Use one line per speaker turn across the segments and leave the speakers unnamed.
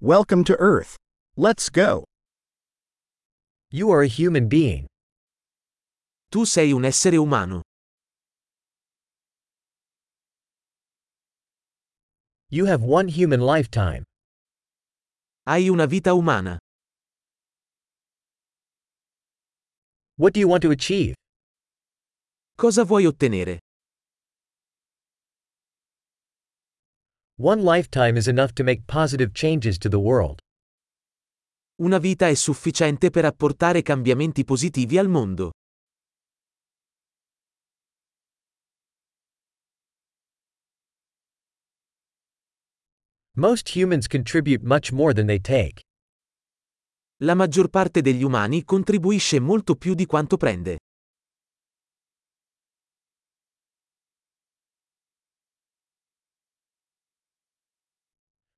Welcome to Earth. Let's go.
You are a human being.
Tu sei un essere umano.
You have one human lifetime.
Hai una vita umana.
What do you want to achieve?
Cosa vuoi ottenere?
One lifetime is enough to make positive changes to the world.
Una vita è sufficiente per apportare cambiamenti positivi al mondo.
Most humans contribute much more than they take.
La maggior parte degli umani contribuisce molto più di quanto prende.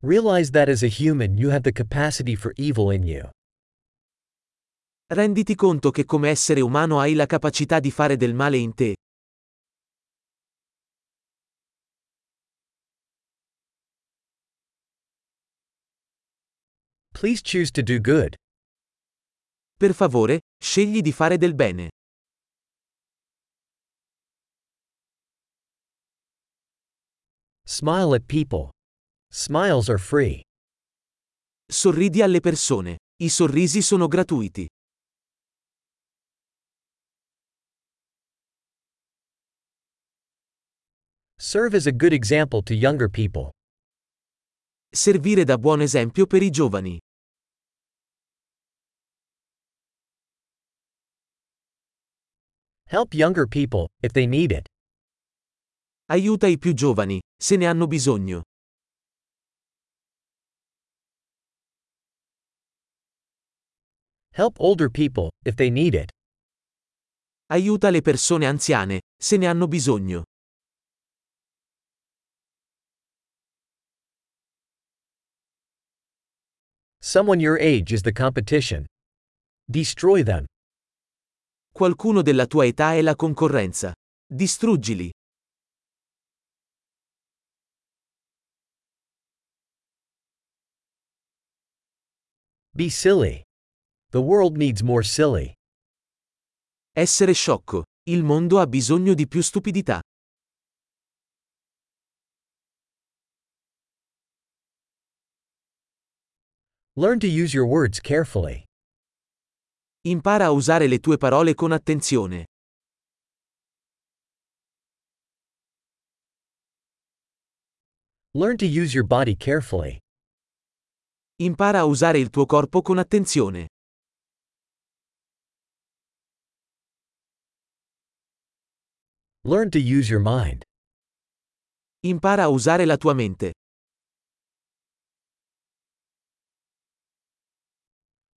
Realize that as a human you have the capacity for evil in you.
Renditi conto che come essere umano hai la capacità di fare del male in te.
Please choose to do good.
Per favore, scegli di fare del bene.
Smile at people. Smiles are free.
Sorridi alle persone. I sorrisi sono gratuiti.
Serve as a good example to younger people.
Servire da buon esempio per i giovani.
Help younger people, if they need it.
Aiuta i più giovani, se ne hanno bisogno.
Help older people, if they need it.
Aiuta le persone anziane, se ne hanno bisogno.
Someone your age is the competition. Destroy them.
Qualcuno della tua età è la concorrenza. Distruggili.
Be silly. The world needs more silly.
Essere sciocco. Il mondo ha bisogno di più stupidità.
Learn to use your words carefully.
Impara a usare le tue parole con attenzione.
Learn to use your body carefully.
Impara a usare il tuo corpo con attenzione.
Learn to use your mind.
Impara a usare la tua mente.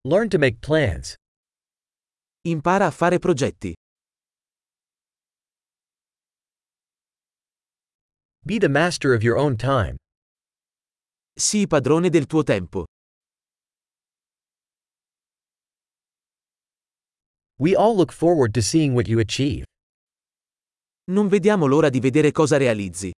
Learn to make plans.
Impara a fare progetti.
Be the master of your own time.
Sii padrone del tuo tempo.
We all look forward to seeing what you achieve.
Non vediamo l'ora di vedere cosa realizzi.